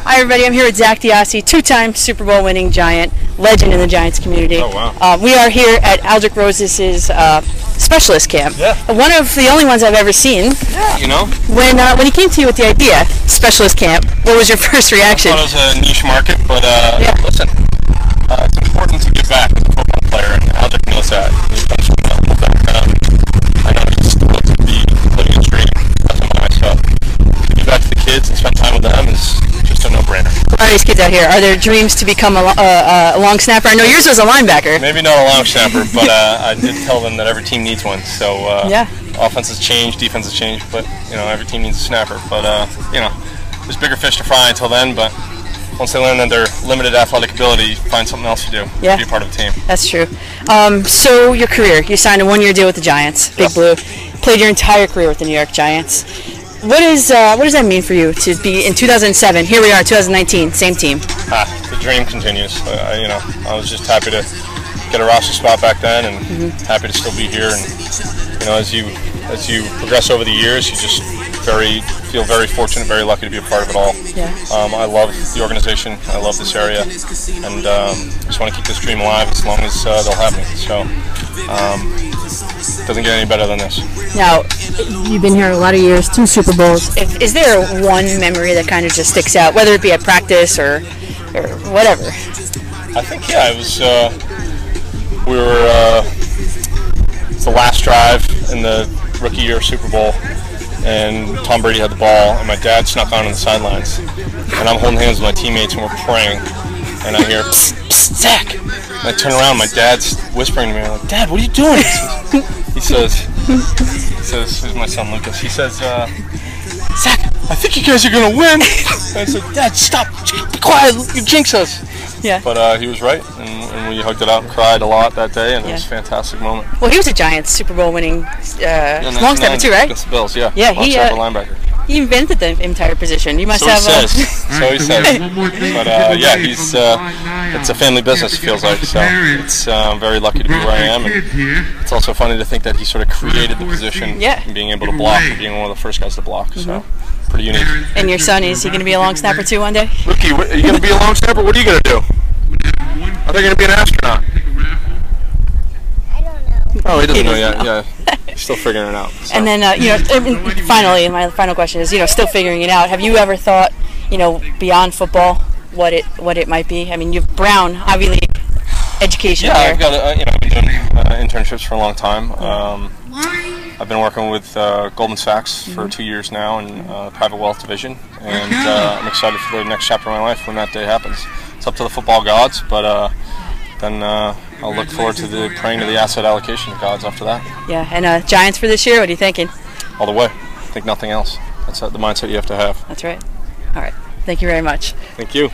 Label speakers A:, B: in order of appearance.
A: Hi, everybody. I'm here with Zach Diassi, two-time Super Bowl winning Giant, legend in the Giants community.
B: Oh, wow.
A: Uh, we are here at Aldrich Rose's uh, specialist camp.
B: Yeah.
A: One of the only ones I've ever seen.
B: You know,
A: When uh, when he came to you with the idea, specialist camp, what was your first reaction?
B: thought it was a niche market, but uh,
A: Yeah.
B: listen, uh, it's important to give back as a football player, and Aldrich knows that. He comes from a humble background. um, I know he's supposed to be living his dream as a mom, so to give back to the kids and spend time with them is just a no-brainer.
A: Are these kids out here? Are their dreams to become a, lo- uh, uh, a long snapper? I know yours was a linebacker.
B: Maybe not a long snapper, but uh, I did tell them that every team needs one. So uh,
A: Yeah.
B: offense has changed, defense has changed, but you know every team needs a snapper. But uh, you know, there's bigger fish to fry until then. But once they learn that their limited athletic ability, find something else to do.
A: Yeah.
B: Be a part of the team.
A: That's true. Um, so your career, you signed a one-year deal with the Giants, Big
B: Yes.
A: Blue. Played your entire career with the New York Giants. What is uh, what does that mean for you to be in 2007? Here we are, 2019, same team.
B: Ah, the dream continues. Uh, I- you know, I was just happy to get a roster spot back then, and happy to still be here. And you know, as you as you progress over the years, you just very feel very fortunate, very lucky to be a part of it all.
A: Yeah.
B: Um, I love the organization. I love this area, and um, just want to keep this dream alive as long as uh, they'll have me. So. Um, doesn't get any better than this.
A: Now,
C: You've been here a lot of years, two Super Bowls.
A: if, is there one memory that kind of just sticks out, whether it be at practice or or whatever?
B: I think yeah, it was. Uh, we were uh, it's the last drive in the rookie year of Super Bowl, and Tom Brady had the ball, and my dad snuck on on the sidelines, and I'm holding hands with my teammates, and we're praying, and I hear psst, psst, Zach, and I turn around, my dad's whispering to me, I'm like, Dad, what are you doing? He says, he says, this is my son Lucas. He says, uh, Zach, I think you guys are gonna win. I said, Dad, stop, be quiet, you jinx us.
A: Yeah.
B: But uh, he was right, and, and we hugged it out and cried a lot that day, and it was a
A: Yeah.
B: fantastic moment.
A: Well, he was a Giants Super Bowl winning uh,
B: Yeah,
A: long
B: 99
A: snapper too, right?
B: Against the Bills, yeah.
A: Yeah, he,
B: Long snapper
A: uh,
B: linebacker.
A: He invented the entire position. You must
B: So he
A: have. uh,
B: says.
A: A,
B: So he says. But uh, yeah, he's uh, it's a family business. It feels like so. It's uh, I'm very lucky to be where I am, and it's also funny to think that he sort of created the position,
A: Yeah. Mm-hmm.
B: and being able to block, and being one of the first guys to block. So pretty unique.
A: and your son is he going to be a long snapper too one day?
B: Ricky, what, are you gonna be a long snapper? What are you gonna do? Are they gonna be an astronaut?
D: I don't know.
B: Oh, he doesn't know
A: doesn't
B: yet. Yeah, he's still figuring it out. so.
A: And then, uh, you know, and finally, my final question is, you know, still figuring it out. Have you ever thought, you know, beyond football, what it what it might be? I mean, you've Brown, Ivy League education
B: Yeah, I've
A: there.
B: got a, you know I've been doing uh, internships for a long time.
A: Mm-hmm.
B: Um, I've been working with uh, Goldman Sachs for two years now in uh, private wealth division, and uh, I'm excited for the next chapter of my life when that day happens. It's up to the football gods, but uh, then uh, I'll look forward to the praying to the asset allocation gods after that.
A: Yeah, and uh, Giants for this year. What are you thinking?
B: All the way, I think nothing else. That's uh, the mindset you have to have.
A: That's right. All right. Thank you very much.
B: Thank you.